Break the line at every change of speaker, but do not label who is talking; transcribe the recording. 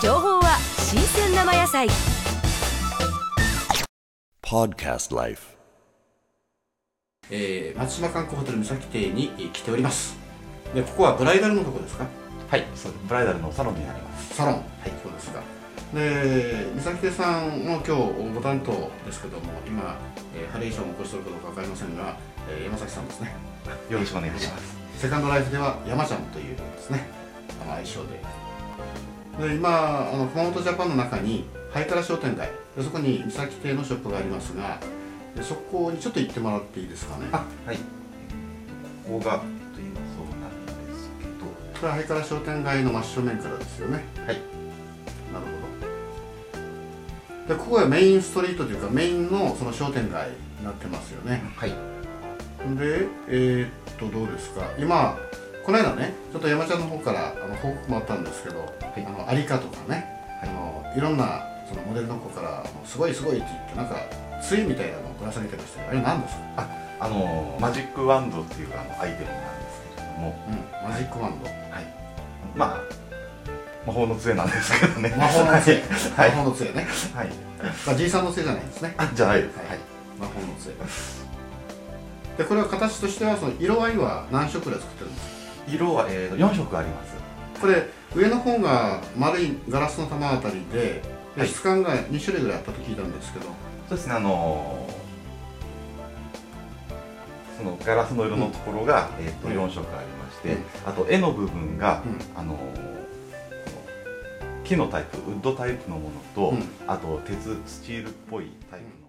情報は新鮮生野菜
Podcast Life.
えー、松島観光ホテル三崎邸にえー来ておりますでここはブライダルのとこですか
はい、そうブライダルのサロンになります。
サロンはいそうですかで三崎邸さんも今日ご担当ですけども今、えーハレーションを起こしているかどうかわかりませんが、えー山崎さんですね
よろしくお願いします。
セカンドライフでは山ちゃんというですねあの愛称でで今あの熊本ジャパンの中にハイカラ商店街でそこに三崎亭のショップがありますがでそこにちょっと行ってもらっていいですかね
あ、はい。ここがと今そうなんですけど、
これはハイカラ商店街の真正面からですよね
はい。
なるほどでここがメインストリートというかメインのその商店街になってますよね
はい。
でえーっとどうですか今この間ねちょっと山ちゃんの方からあの報告もあったんですけど、
い
あのアリカとかね、い、あのいろんなそのモデルの子からあのすごいすごいって言ってなんか杖みたいなのをぶら下げてましたよあれ何ですか、
あのマジックワンドっていうあのアイテムなんですけれども、
うん、マジックワンド
はい。まあ魔法の杖なんですけどね。
魔法の杖、
は
魔
い。はい。
法の杖ね
はい。
まあじいさんの杖じゃないんですね
あ、じゃないです。
は
はいい。
魔法の杖でこれは形としてはその色合いは何色ぐらい作ってるんですか
色はえーと四色あります。
これ上の方が丸いガラスの玉あたりでで
はい
質感が2種類ぐらいあったと聞いたんですけど、
そうですね。あのそのガラスの色のところが、えっ、と
うん
四色ありまし
う
て、
ん
あと絵の部分が、
うん
あの木のタイプウッドタイプのものと、
うん
あと鉄スチールっぽいタイプの